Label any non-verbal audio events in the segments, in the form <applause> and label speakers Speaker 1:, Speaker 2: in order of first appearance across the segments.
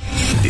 Speaker 1: The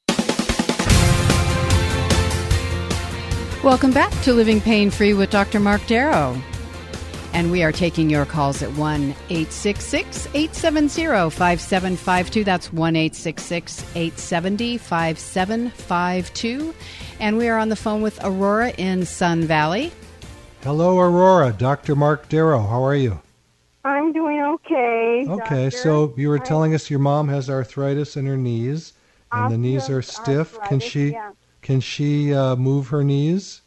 Speaker 2: Welcome back to Living Pain Free with Dr. Mark Darrow. And we are taking your calls at 1 866 870 5752. That's 1 866 870 5752. And we are on the phone with Aurora in Sun Valley.
Speaker 3: Hello, Aurora. Dr. Mark Darrow, how are you?
Speaker 4: I'm doing okay.
Speaker 3: Okay,
Speaker 4: doctor.
Speaker 3: so you were
Speaker 4: I-
Speaker 3: telling us your mom has arthritis in her knees, and the knees are stiff. Can
Speaker 4: Osteoarthritis,
Speaker 3: she
Speaker 4: yeah.
Speaker 3: can she uh, move her knees?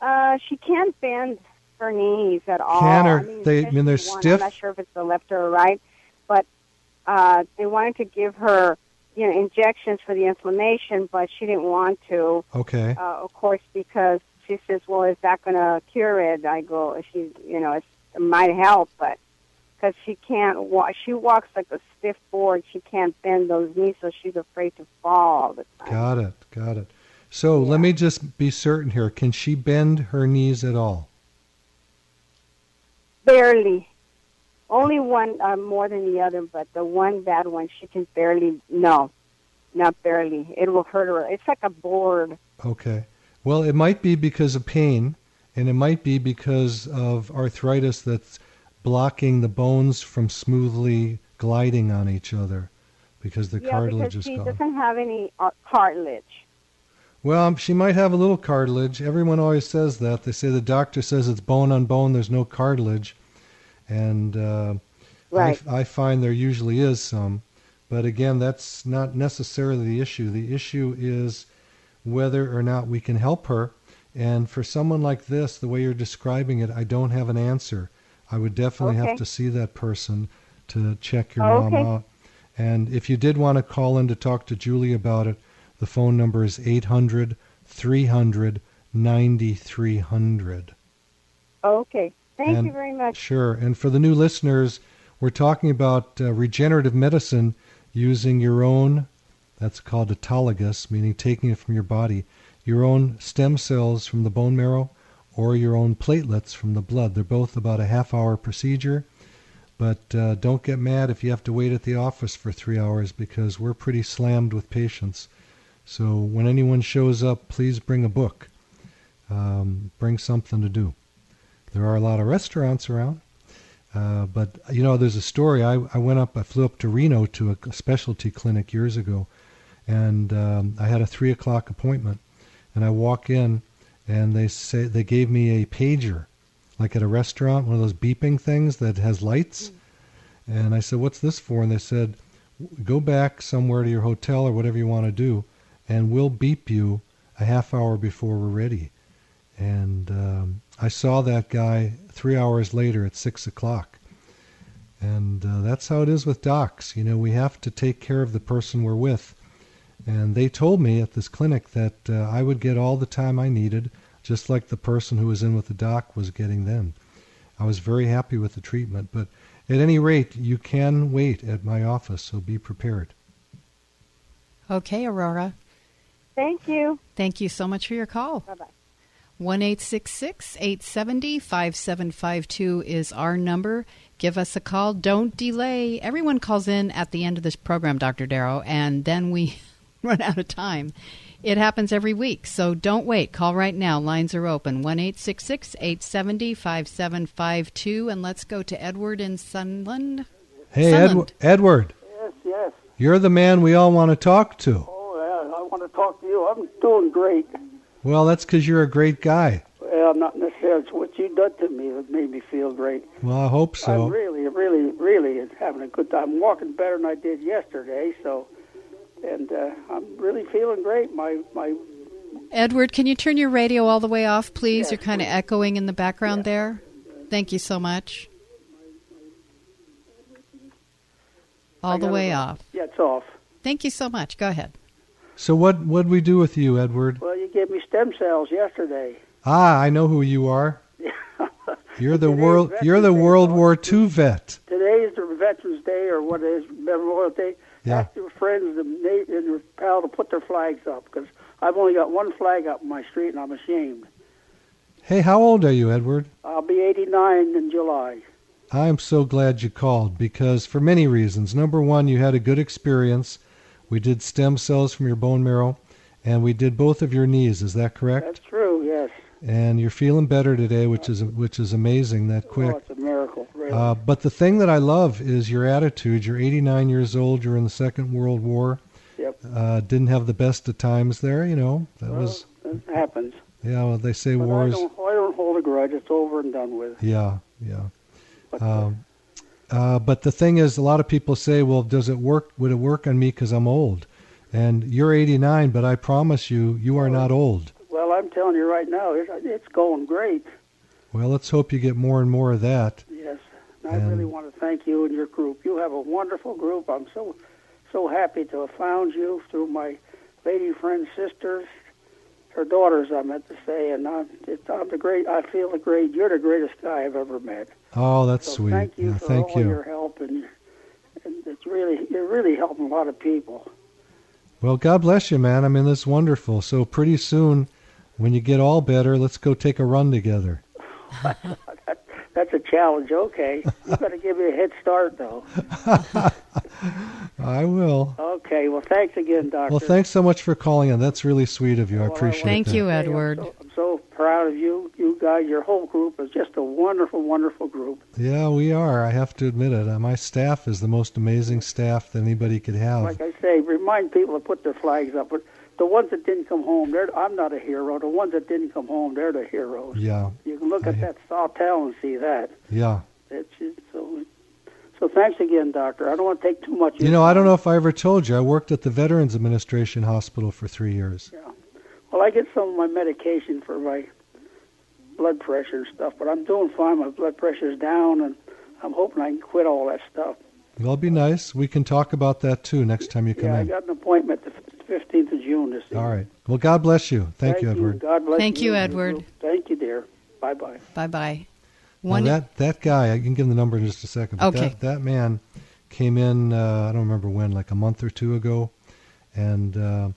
Speaker 4: Uh, she can't bend her knees at all.
Speaker 3: Can her-
Speaker 4: I mean,
Speaker 3: they- I mean, they're
Speaker 4: especially one.
Speaker 3: stiff?
Speaker 4: I'm not sure if it's the left or right, but uh, they wanted to give her, you know, injections for the inflammation, but she didn't want to,
Speaker 3: Okay.
Speaker 4: uh, of course, because she says, "Well, is that going to cure it?" I go, "She, you know, it's, it might help, but." Because she can't walk, she walks like a stiff board. She can't bend those knees, so she's afraid to fall all the time.
Speaker 3: Got it. Got it. So let me just be certain here. Can she bend her knees at all?
Speaker 4: Barely. Only one uh, more than the other, but the one bad one, she can barely, no, not barely. It will hurt her. It's like a board.
Speaker 3: Okay. Well, it might be because of pain, and it might be because of arthritis that's blocking the bones from smoothly gliding on each other because the
Speaker 4: yeah,
Speaker 3: cartilage
Speaker 4: because
Speaker 3: is
Speaker 4: she
Speaker 3: gone.
Speaker 4: doesn't have any uh, cartilage.
Speaker 3: Well, um, she might have a little cartilage. Everyone always says that. They say the doctor says it's bone on bone, there's no cartilage. And uh,
Speaker 4: Right.
Speaker 3: I, I find there usually is some. But again, that's not necessarily the issue. The issue is whether or not we can help her. And for someone like this, the way you're describing it, I don't have an answer. I would definitely
Speaker 4: Okay.
Speaker 3: have to see that person to check your
Speaker 4: Oh,
Speaker 3: mom
Speaker 4: okay.
Speaker 3: out. And if you did want to call in to talk to Julie about it, the phone number is 800 300 9300.
Speaker 4: Okay. Thank
Speaker 3: And-
Speaker 4: you very much.
Speaker 3: Sure. And for the new listeners, we're talking about uh, regenerative medicine using your own, that's called autologous, meaning taking it from your body, your own stem cells from the bone marrow or your own platelets from the blood. They're both about a half hour procedure. But uh, don't get mad if you have to wait at the office for three hours because we're pretty slammed with patients. So when anyone shows up, please bring a book. Um, bring something to do. There are a lot of restaurants around. Uh, but you know, there's a story. I, I went up, I flew up to Reno to a specialty clinic years ago, and um, I had a three o'clock appointment. And I walk in, and they say they gave me a pager, like at a restaurant, one of those beeping things that has lights. And I said, "What's this for?" And they said, "Go back somewhere to your hotel or whatever you want to do, and we'll beep you a half hour before we're ready." and um, I saw that guy three hours later at six o'clock. And uh, that's how it is with docs. You know, we have to take care of the person we're with. And they told me at this clinic that uh, I would get all the time I needed, just like the person who was in with the doc was getting then. I was very happy with the treatment. But at any rate, you can wait at my office, so be prepared.
Speaker 2: Okay, Aurora.
Speaker 4: Thank you.
Speaker 2: Thank you so much for your call.
Speaker 4: Bye bye.
Speaker 2: 1 870 5752 is our number. Give us a call. Don't delay. Everyone calls in at the end of this program, Dr. Darrow, and then we <laughs> run out of time. It happens every week, so don't wait. Call right now. Lines are open 1 870 5752. And let's go to Edward in Sunland.
Speaker 3: Hey,
Speaker 2: Sunland.
Speaker 3: Edward, Edward,
Speaker 5: Yes, yes.
Speaker 3: you're the man we all want to talk to.
Speaker 5: Oh, yeah. you. I'm doing great.
Speaker 3: Well, that's because you're a great guy.
Speaker 5: Well, not necessarily. It's what you done to me that made me feel great.
Speaker 3: Well, I hope
Speaker 5: I'm
Speaker 3: so.
Speaker 5: really, really, really is having a good time. I'm walking better than I did yesterday. So, and uh, I'm really feeling great. My my
Speaker 2: Edward, can you turn your radio all the way off, please? You're kind of echoing in the background there. Thank you so much. All the way off.
Speaker 5: yeah, it's off.
Speaker 2: Thank you so much. Go ahead.
Speaker 3: So what what'd we do with you, Edward?
Speaker 5: Well, you gave me stem cells yesterday.
Speaker 3: Ah, I know who you are. You're the world you're the World War II vet.
Speaker 5: Today is the Veterans Day or what it is Memorial Day.
Speaker 3: Yeah.
Speaker 5: Ask your friends and na- and your pal to put their flags up because I've only got one flag up in my street and I'm ashamed.
Speaker 3: Hey, how old are you, Edward?
Speaker 5: I'll be 89 in July.
Speaker 3: I'm so glad you called because for many reasons. Number one, you had a good experience. We did stem cells from your bone marrow, and we did both of your knees. Is that
Speaker 5: That's
Speaker 3: correct?
Speaker 5: true. Yes.
Speaker 3: And you're feeling better today, which is which is amazing. That quick.
Speaker 5: Oh, it's a miracle. Really.
Speaker 3: Uh, but the thing that I love is your attitude. You're 89 years old. You're in the Second World War.
Speaker 5: Yep.
Speaker 3: Uh, didn't have the best of times there. You know that was
Speaker 5: It happens.
Speaker 3: yeah. Well, they say
Speaker 5: But I
Speaker 3: wars.
Speaker 5: don't, I don't hold a grudge. It's over and done with.
Speaker 3: Yeah, yeah.
Speaker 5: But,
Speaker 3: Um, uh, but the thing is, a lot of people say, "Well, does it work? Would it work on me because I'm old?" And you're 89, but I promise you, you
Speaker 5: Oh.
Speaker 3: are not old.
Speaker 5: well, I'm telling you right now, it's, it's going great.
Speaker 3: Well, let's hope you get more and more of that.
Speaker 5: Yes. And I
Speaker 3: And-
Speaker 5: really want to thank you and your group. You have a wonderful group. I'm so, so happy to have found you through my lady friend's sisters, her daughters, I meant to say. And I'm, it's, I'm the great, I feel the great, you're the greatest guy I've ever met.
Speaker 3: Oh, that's
Speaker 5: So
Speaker 3: sweet.
Speaker 5: thank you
Speaker 3: Yeah,
Speaker 5: for
Speaker 3: thank
Speaker 5: all
Speaker 3: you.
Speaker 5: your help. And, and it's really, you're really helping a lot of people.
Speaker 3: Well, God bless you, man. I mean, that's wonderful. So pretty soon, when you get all better, let's go take a run together.
Speaker 5: That's a challenge. Okay. You got to give me a head start, though.
Speaker 3: I will.
Speaker 5: Okay. Well, thanks again, Doctor.
Speaker 3: Well, thanks so much for calling in. That's really sweet of you. I
Speaker 5: Well, I
Speaker 3: appreciate it.
Speaker 2: Thank you,
Speaker 5: Hey, I'm
Speaker 2: Edward.
Speaker 5: so- I'm so proud of you, you guys. Your whole group is just a wonderful, wonderful group.
Speaker 3: Yeah, we are. I have to admit it. Uh, My staff is the most amazing staff that anybody could have.
Speaker 5: Like I say, remind people to put their flags up. But the ones that didn't come home, they're, I'm not a hero. The ones that didn't come home, they're the heroes.
Speaker 3: Yeah,
Speaker 5: You can look
Speaker 3: I-
Speaker 5: at that Sawtell and see that.
Speaker 3: yeah.
Speaker 5: That's it. So, so thanks again, Doctor. I don't want to take too much. of
Speaker 3: You
Speaker 5: your
Speaker 3: know, I
Speaker 5: time.
Speaker 3: don't know if I ever told you, I worked at the Veterans Administration Hospital for three years.
Speaker 5: Well, I get some of my medication for my blood pressure and stuff, but I'm doing fine. My blood pressure's down, and I'm hoping I can quit all that stuff.
Speaker 3: That'll be nice. We can talk about that too next time you come
Speaker 5: Yeah, I
Speaker 3: in.
Speaker 5: got an appointment the f- 15th of June this evening.
Speaker 3: All right. Well, God bless you. Thank, you, Edward.
Speaker 5: God bless
Speaker 2: Thank you,
Speaker 5: you
Speaker 2: Edward.
Speaker 5: Thank you, dear. Bye bye.
Speaker 2: Bye bye.
Speaker 3: Now that that guy, I can give him the number in just a second. but
Speaker 2: Okay.
Speaker 3: That, that man came in. Uh, I don't remember when, like a month or two ago, and uh,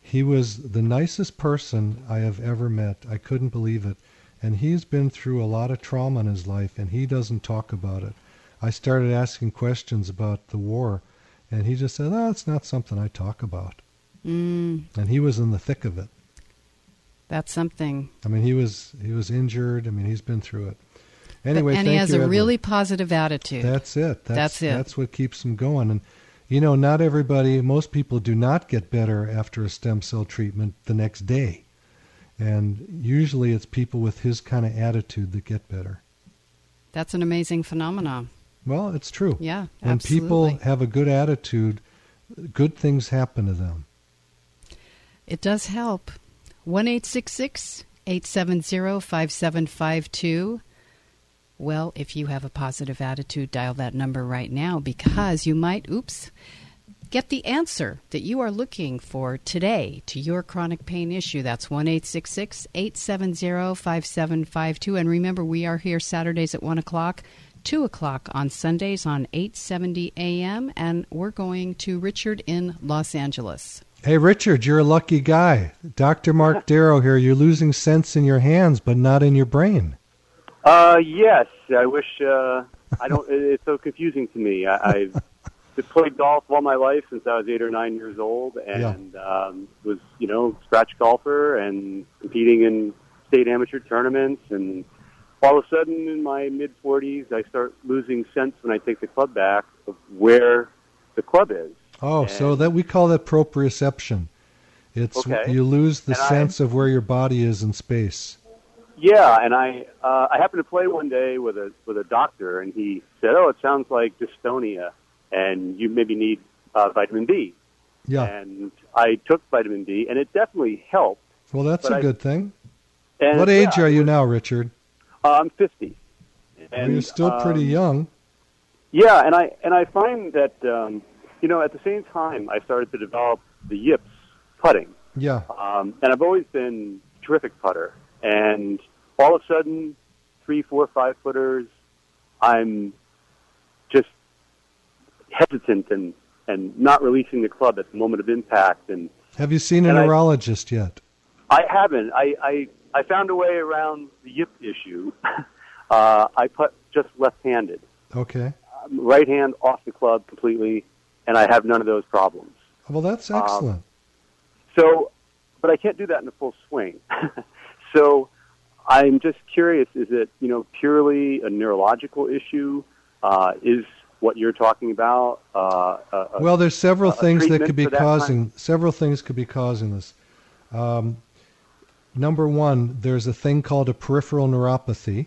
Speaker 3: he was the nicest person I have ever met. I couldn't believe it. And he's been through a lot of trauma in his life, and he doesn't talk about it. I started asking questions about the war, and he just said, "Oh, it's not something I talk about."
Speaker 2: Mm,
Speaker 3: And he was in the thick of it.
Speaker 2: that's something.
Speaker 3: I mean, he was he was injured. I mean, he's been through it.
Speaker 2: But-
Speaker 3: Anyway,
Speaker 2: and
Speaker 3: thank
Speaker 2: he has
Speaker 3: you,
Speaker 2: a
Speaker 3: Edward.
Speaker 2: really positive attitude.
Speaker 3: That's it. That's,
Speaker 2: That's it.
Speaker 3: That's what keeps them going. And you know, not everybody. Most people do not get better after a stem cell treatment the next day, and usually it's people with his kind of attitude that get better.
Speaker 2: that's an amazing phenomenon.
Speaker 3: Well, it's true.
Speaker 2: Yeah,
Speaker 3: When people
Speaker 2: absolutely.
Speaker 3: have a good attitude, good things happen to them.
Speaker 2: It does help. 1 870 5752. Well, if you have a positive attitude, dial that number right now because you might, oops, get the answer that you are looking for today to your chronic pain issue. That's 1 870 5752. And remember, we are here Saturdays at 1 o'clock. 2 o'clock on Sundays on 870 a.m., and we're going to Richard in Los Angeles.
Speaker 3: Hey, Richard, you're a lucky guy. Dr. Mark Darrow here. You're losing sense in your hands, but not in your brain.
Speaker 6: Uh, yes. I wish. Uh, I don't. <laughs> it- it's so confusing to me. I, I've <laughs> played golf all my life since I was eight or nine years old, and um, was you know scratch golfer and competing in state amateur tournaments. And all of a sudden, in my mid forties, I start losing sense when I take the club back of where the club is.
Speaker 3: Oh, so that we call that proprioception. It's
Speaker 6: Okay.
Speaker 3: you lose the
Speaker 6: And I-
Speaker 3: sense of where your body is in space.
Speaker 6: Yeah, and I uh, I happened to play one day with a with a doctor, and he said, "Oh, it sounds like dystonia, and you maybe need uh, vitamin D."
Speaker 3: Yeah.
Speaker 6: And I took vitamin D, and it definitely helped.
Speaker 3: well, that's
Speaker 6: but
Speaker 3: a
Speaker 6: I-
Speaker 3: good thing.
Speaker 6: And
Speaker 3: what age
Speaker 6: yeah,
Speaker 3: are you now, Richard?
Speaker 6: Uh, I'm 50.
Speaker 3: Well,
Speaker 6: And,
Speaker 3: you're still pretty
Speaker 6: um,
Speaker 3: young.
Speaker 6: Yeah, and I and I find that um, you know at the same time I started to develop the yips putting,
Speaker 3: Yeah.
Speaker 6: um, and I've always been a terrific putter. And all of a sudden, three, four, five footers, I'm just hesitant and and not releasing the club at the moment of impact. And
Speaker 3: Have you seen a
Speaker 6: and I-
Speaker 3: neurologist yet?
Speaker 6: I haven't. I I, I found a way around the yip issue. <laughs> uh, I putt just left-handed.
Speaker 3: Okay.
Speaker 6: right hand off the club completely, and I have none of those problems.
Speaker 3: Well, that's
Speaker 6: Um,
Speaker 3: excellent.
Speaker 6: So, but I can't do that in a full swing. <laughs> so, I'm just curious: is it you know purely a neurological issue? Uh, is what you're talking about? Uh, uh,
Speaker 3: well, there's several
Speaker 6: a
Speaker 3: things that
Speaker 6: treatment
Speaker 3: could be
Speaker 6: for that
Speaker 3: causing several things could be causing this. Um, number one, there's a thing called a peripheral neuropathy,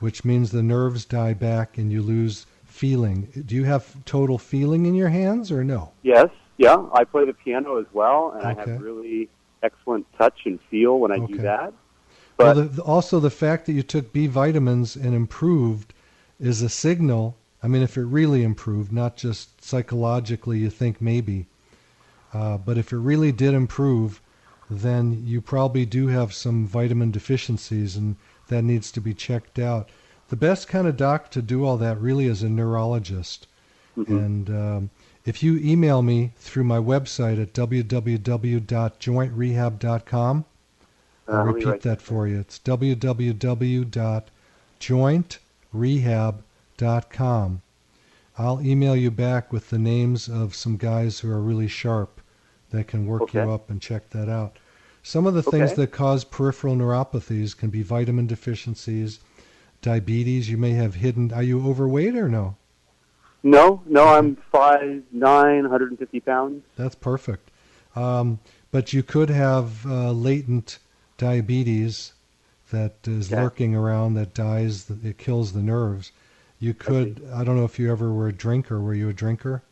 Speaker 3: which means the nerves die back and you lose feeling. Do you have total feeling in your hands or no?
Speaker 6: yes, yeah. I play the piano as well, and I
Speaker 3: Okay.
Speaker 6: have really excellent touch and feel when I
Speaker 3: Okay.
Speaker 6: do that.
Speaker 3: Well,
Speaker 6: But
Speaker 3: the, the- also the fact that you took B vitamins and improved is a signal. I mean, if it really improved, not just psychologically, you think maybe, uh, but if it really did improve, then you probably do have some vitamin deficiencies, and that needs to be checked out. The best kind of doc to do all that really is a neurologist.
Speaker 6: Mm-hmm.
Speaker 3: And um, if you email me through my website at www.jointrehab.com,
Speaker 6: uh,
Speaker 3: I'll
Speaker 6: let me
Speaker 3: repeat
Speaker 6: write-
Speaker 3: that for you. It's www.jointrehab.com. I'll email you back with the names of some guys who are really sharp that can work you
Speaker 6: Okay.
Speaker 3: up and check that out. Some of the things
Speaker 6: Okay.
Speaker 3: that cause peripheral neuropathies can be vitamin deficiencies, diabetes. You may have hidden. Are you overweight or no?
Speaker 6: No, no, I'm five nine, 150 pounds.
Speaker 3: That's perfect. Um, but you could have uh, latent diabetes that is
Speaker 6: Okay.
Speaker 3: lurking around that dies, it kills the nerves. You could, I don't know if you ever were a drinker. Were you a drinker?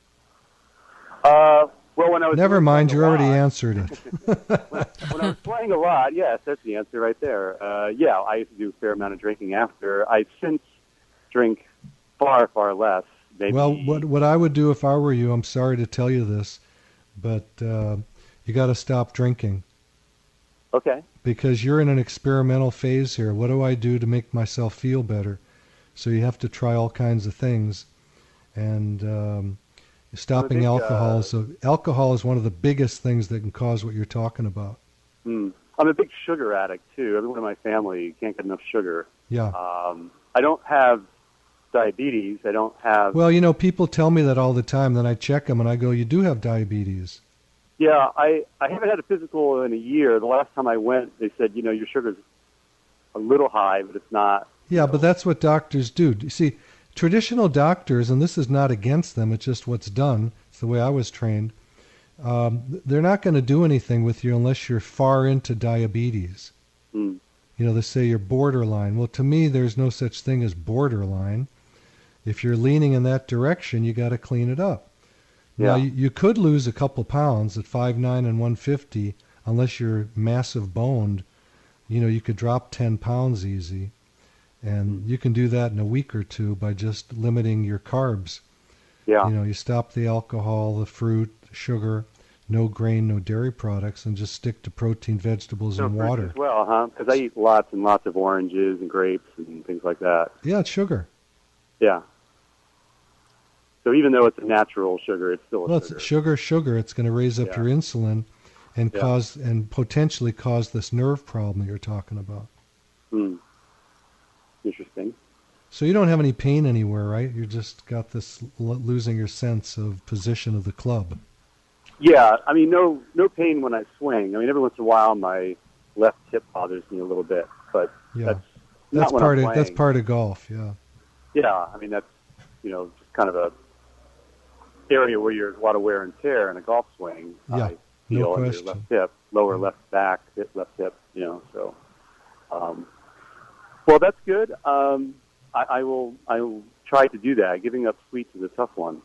Speaker 6: Uh, well, when I was
Speaker 3: Never
Speaker 6: doing
Speaker 3: mind,
Speaker 6: the
Speaker 3: you already
Speaker 6: lot-
Speaker 3: answered it.
Speaker 6: <laughs> when I was playing a lot, yes, that's the answer right there. Uh, yeah, I used to do a fair amount of drinking after. I since drink far, far less. Maybe,
Speaker 3: Well, what, what I would do if I were you, I'm sorry to tell you this, but uh, you got to stop drinking
Speaker 6: Okay.
Speaker 3: because you're in an experimental phase here. What do I do to make myself feel better? So you have to try all kinds of things, and um, stopping
Speaker 6: think,
Speaker 3: alcohol.
Speaker 6: uh,
Speaker 3: so alcohol is one of the biggest things that can cause what you're talking about.
Speaker 6: Hmm. I'm a big sugar addict too. Everyone in my family can't get enough sugar.
Speaker 3: Yeah.
Speaker 6: Um, I don't have diabetes. I don't have.
Speaker 3: well, you know, people tell me that all the time. Then I check them and I go, "You do have diabetes."
Speaker 6: yeah, I I haven't had a physical in a year. The last time I went, they said, you know, your sugar's a little high, but it's not.
Speaker 3: Yeah, but that's what doctors do. You see, traditional doctors, and this is not against them, it's just what's done. It's the way I was trained. Um, they're not going to do anything with you unless you're far into diabetes.
Speaker 6: Hmm.
Speaker 3: You know, they say you're borderline. Well, to me, there's no such thing as borderline. If you're leaning in that direction, you got to clean it up. Now,
Speaker 6: Yeah.
Speaker 3: you, you could lose a couple pounds at 5'9 and 150 unless you're massive boned. You know, you could drop 10 pounds easy. And
Speaker 6: Hmm.
Speaker 3: you can do that in a week or two by just limiting your carbs.
Speaker 6: Yeah.
Speaker 3: You know, you stop the alcohol, the fruit, sugar, no grain, no dairy products, and just stick to protein, vegetables,
Speaker 6: So
Speaker 3: and
Speaker 6: fruits
Speaker 3: water.
Speaker 6: as well, huh? Because I eat lots and lots of oranges and grapes and things like that.
Speaker 3: Yeah, it's sugar.
Speaker 6: Yeah. So even though it's a natural sugar, it's still a
Speaker 3: Well,
Speaker 6: sugar.
Speaker 3: it's sugar, sugar. It's going to raise up
Speaker 6: Yeah.
Speaker 3: your insulin and
Speaker 6: Yeah.
Speaker 3: cause and potentially cause this nerve problem that you're talking about.
Speaker 6: Hmm. Interesting.
Speaker 3: So you don't have any pain anywhere, right? You just got this l- losing your sense of position of the club.
Speaker 6: Yeah, I mean, no, no pain when I swing. I mean, every once in a while, my left hip bothers me a little bit, but
Speaker 3: Yeah.
Speaker 6: that's not
Speaker 3: That's
Speaker 6: when
Speaker 3: part
Speaker 6: I'm
Speaker 3: of that's
Speaker 6: playing.
Speaker 3: part of golf. Yeah.
Speaker 6: Yeah, I mean that's you know just kind of a area where you're a lot of wear and tear in a golf swing.
Speaker 3: Yeah.
Speaker 6: I
Speaker 3: No
Speaker 6: feel under
Speaker 3: question.
Speaker 6: left hip, lower left back, hip, left hip. You know, so. Um, well, that's good. Um, I, I will. I will try to do that. Giving up sweets is a tough one.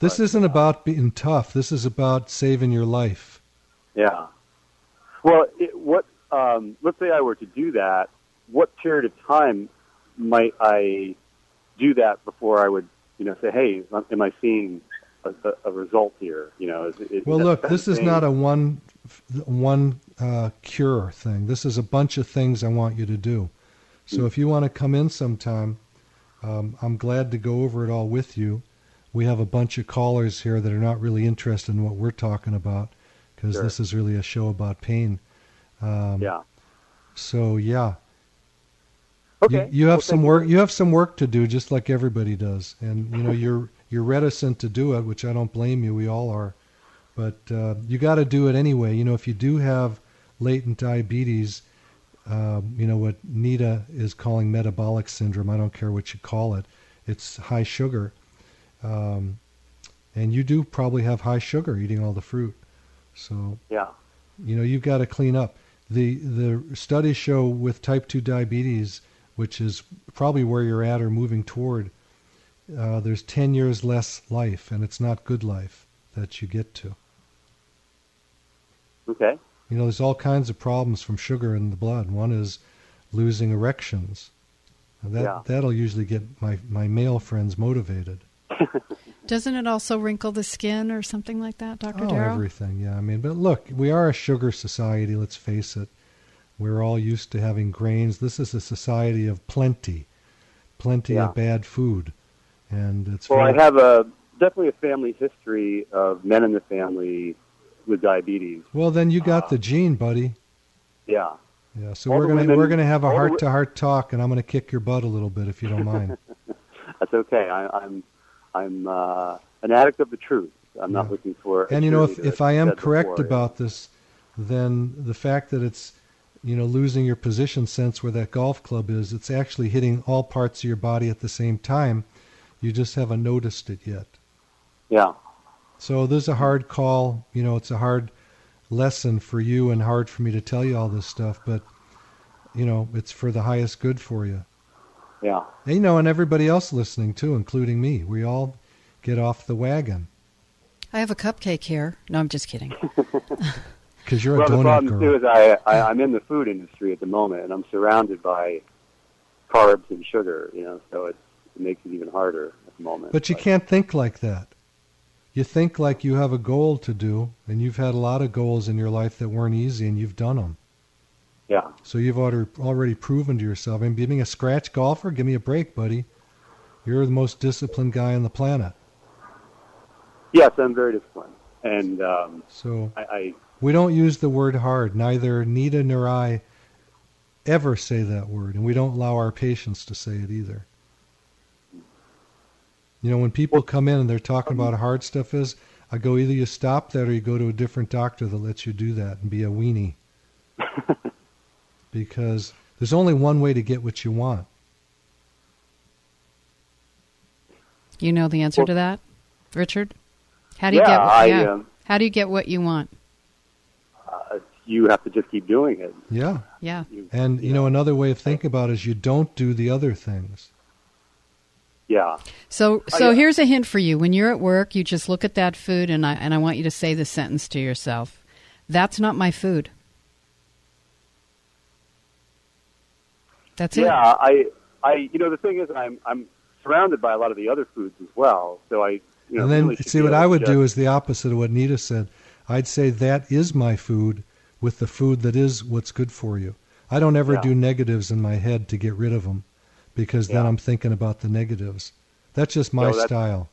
Speaker 3: This
Speaker 6: uh,
Speaker 3: isn't about being tough. This is about saving your life.
Speaker 6: Yeah. Well, it, what? Um, let's say I were to do that. What period of time might I do that before I would, you know, say, "Hey, am I seeing a, a, a result here?" You know. Is, is,
Speaker 3: Well,
Speaker 6: that-
Speaker 3: look,
Speaker 6: that
Speaker 3: this is
Speaker 6: thing-
Speaker 3: not a one one uh, cure thing. This is a bunch of things I want you to do. So if you want to come in sometime, um, I'm glad to go over it all with you. We have a bunch of callers here that are not really interested in what we're talking about because
Speaker 6: Sure.
Speaker 3: this is really a show about pain. Um,
Speaker 6: Yeah.
Speaker 3: So yeah,
Speaker 6: Okay.
Speaker 3: you, you have
Speaker 6: Well,
Speaker 3: some
Speaker 6: thank
Speaker 3: work. You have some work to do, just like everybody does. And you know, you're you're reticent to do it, which I don't blame you. We all are, but uh, you got to do it anyway. You know, if you do have latent diabetes, um, you know what Nita is calling metabolic syndrome. I don't care what you call it. It's high sugar, um, and you do probably have high sugar eating all the fruit. So
Speaker 6: Yeah.
Speaker 3: you know you've got to clean up the the studies show with type 2 diabetes which is probably where you're at or moving toward uh, there's 10 years less life and it's not good life that you get to
Speaker 6: Okay.
Speaker 3: you know there's all kinds of problems from sugar in the blood one is losing erections And that
Speaker 6: Yeah.
Speaker 3: that'll usually get my my male friends motivated
Speaker 2: Doesn't it also wrinkle the skin or something like that, Dr.
Speaker 3: oh,
Speaker 2: Darrow?
Speaker 3: everything. Yeah, I mean, but look, we are a sugar society. Let's face it. We're all used to having grains. This is a society of plenty, plenty
Speaker 6: Yeah.
Speaker 3: of bad food, and it's.
Speaker 6: Well, I
Speaker 3: very-
Speaker 6: have a definitely a family history of men in the family with diabetes.
Speaker 3: Well, then you got the gene, buddy.
Speaker 6: Yeah.
Speaker 3: Yeah. So
Speaker 6: all
Speaker 3: we're
Speaker 6: the
Speaker 3: gonna
Speaker 6: women-
Speaker 3: we're gonna have a
Speaker 6: all the wo-
Speaker 3: heart to heart talk, and I'm gonna kick your butt a little bit if you don't mind.
Speaker 6: That's okay. I, I'm. I'm uh, an addict of the truth. I'm not looking for. a
Speaker 3: and you know, if
Speaker 6: cheerleader,
Speaker 3: if
Speaker 6: as
Speaker 3: I am
Speaker 6: said
Speaker 3: correct
Speaker 6: before, yeah.
Speaker 3: about this, then the fact that it's you know losing your position sense where that golf club is, it's actually hitting all parts of your body at the same time. You just haven't noticed it yet.
Speaker 6: Yeah.
Speaker 3: So there's a hard call. You know, it's a hard lesson for you and hard for me to tell you all this stuff, but you know, it's for the highest good for you.
Speaker 6: Yeah.
Speaker 3: And, you know, and everybody else listening too, including me. We all get off the wagon
Speaker 2: I have a cupcake here. No, I'm just
Speaker 6: <laughs>
Speaker 2: kidding.
Speaker 3: because you're
Speaker 6: well,
Speaker 3: a
Speaker 6: the
Speaker 3: donut
Speaker 6: problem
Speaker 3: girl.
Speaker 6: too is I, I I'm in the food industry at the moment, and I'm surrounded by carbs and sugar. You know, so it, it makes it even harder at the moment.
Speaker 3: But you can't think like that. You think like you have a goal to do, and you've had a lot of goals in your life that weren't easy, and you've done them.
Speaker 6: Yeah.
Speaker 3: So you've already already proven to yourself. I mean, being a scratch golfer, give me a break, buddy. You're the most disciplined guy on the planet.
Speaker 6: Yes, I'm very disciplined, and um,
Speaker 3: So
Speaker 6: I, I
Speaker 3: we don't use the word hard. Neither Nita nor I ever say that word, and we don't allow our patients to say it either. You know, when people come in and they're talking about how hard stuff is, I go either you stop that or you go to a different doctor that lets you do that and be a weenie. because there's only one way to get what you want.
Speaker 2: You know the answer to that, Richard? How do you
Speaker 6: yeah,
Speaker 2: get?
Speaker 6: I
Speaker 2: yeah.
Speaker 6: um,
Speaker 2: How do you get what you want?
Speaker 6: uh, you have to just keep doing it.
Speaker 3: Yeah.
Speaker 2: Yeah.
Speaker 6: You,
Speaker 3: And you know, another way of thinking about it is you don't do the other things.
Speaker 6: yeah,
Speaker 2: So, so
Speaker 6: yeah.
Speaker 2: here's a hint for you. When you're at work, you just look at that food, and I and I want you to say this sentence to yourself: "That's not my food." That's
Speaker 6: yeah.
Speaker 2: it.
Speaker 6: I I you know the thing is I'm I'm surrounded by a lot of the other foods as well. So I you know
Speaker 3: and then
Speaker 6: really should
Speaker 3: see
Speaker 6: be
Speaker 3: what
Speaker 6: able
Speaker 3: I
Speaker 6: to
Speaker 3: would
Speaker 6: just-
Speaker 3: do is the opposite of what Nita said. I'd say that is my food with the food that is what's good for you. I don't ever
Speaker 6: Yeah.
Speaker 3: do negatives in my head to get rid of them because then
Speaker 6: Yeah.
Speaker 3: I'm thinking about the negatives. That's just my
Speaker 6: No, that's-
Speaker 3: style.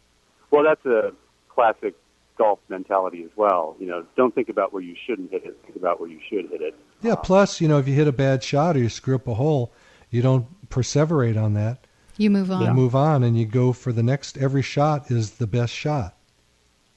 Speaker 6: Well, that's a classic golf mentality as well. You know, don't think about where you shouldn't hit it. Think about where you should hit it.
Speaker 3: Yeah, plus, you know, if you hit a bad shot or you screw up a hole, you don't perseverate on that.
Speaker 2: You move
Speaker 3: You
Speaker 2: on.
Speaker 3: move on and you go for the next. Every shot is the best shot.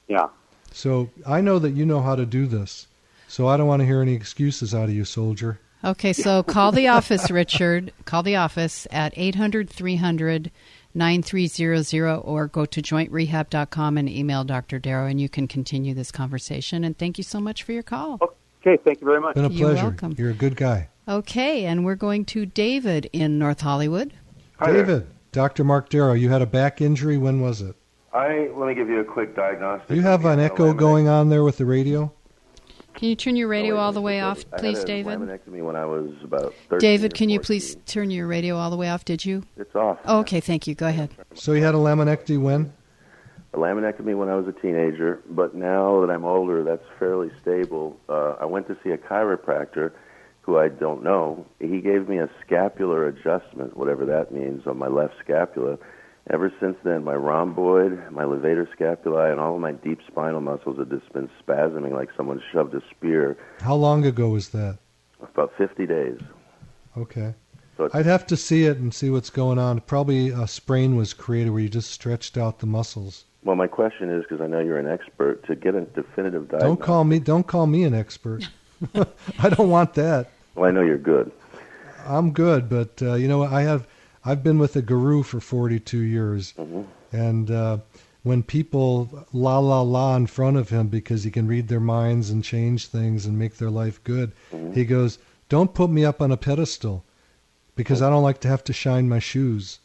Speaker 6: Yeah.
Speaker 3: So I know that you know how to do this. So I don't want to hear any excuses out of you, soldier.
Speaker 2: Okay, so call the office, Richard. Call the office at 800 300 9300 or go to jointrehab.com and email Dr. Darrow and you can continue this conversation. And thank you so much for your call.
Speaker 6: Okay, thank you very much.
Speaker 3: Been a
Speaker 2: You're
Speaker 3: pleasure.
Speaker 2: welcome.
Speaker 3: You're a good guy.
Speaker 2: Okay, and we're going to David in North Hollywood.
Speaker 7: Hi there.
Speaker 3: David, Dr. Mark Darrow, you had a back injury. When was it?
Speaker 7: I let me give you a quick diagnostic.
Speaker 3: Do you have
Speaker 7: I
Speaker 3: an
Speaker 7: had a
Speaker 3: echo
Speaker 7: lamin-
Speaker 3: going on there with the radio?
Speaker 2: Can you turn your radio all the way off,
Speaker 7: I had
Speaker 2: please,
Speaker 7: a
Speaker 2: David?
Speaker 7: Laminectomy when I was about 13
Speaker 2: David,
Speaker 7: or
Speaker 2: can you
Speaker 7: 14.
Speaker 2: please turn your radio all the way off? Did you?
Speaker 7: It's off.
Speaker 2: Oh, okay, thank you. Go ahead.
Speaker 3: So you had a laminectomy when?
Speaker 7: A laminectomy when I was a teenager, but now that I'm older, that's fairly stable. Uh, I went to see a chiropractor, who I don't know. He gave me a scapular adjustment, whatever that means, on my left scapula. Ever since then, my rhomboid, my levator scapulae, and all of my deep spinal muscles have just been spasming like someone shoved a spear.
Speaker 3: How long ago was that?
Speaker 7: About 50 days.
Speaker 3: Okay.
Speaker 7: So it's
Speaker 3: I'd have to see it and see what's going on. Probably a sprain was created where you just stretched out the muscles.
Speaker 7: Well, my question is because I know you're an expert to get a definitive diagnosis.
Speaker 3: Don't call me. Don't call me an expert. <laughs> I don't want that.
Speaker 7: Well, I know you're good.
Speaker 3: I'm good, but uh, you know, I have I've been with a guru for 42 years,
Speaker 7: Mm-hmm.
Speaker 3: and uh, when people la la la in front of him because he can read their minds and change things and make their life good,
Speaker 7: Mm-hmm.
Speaker 3: he goes, "Don't put me up on a pedestal, because I don't like to have to shine my shoes."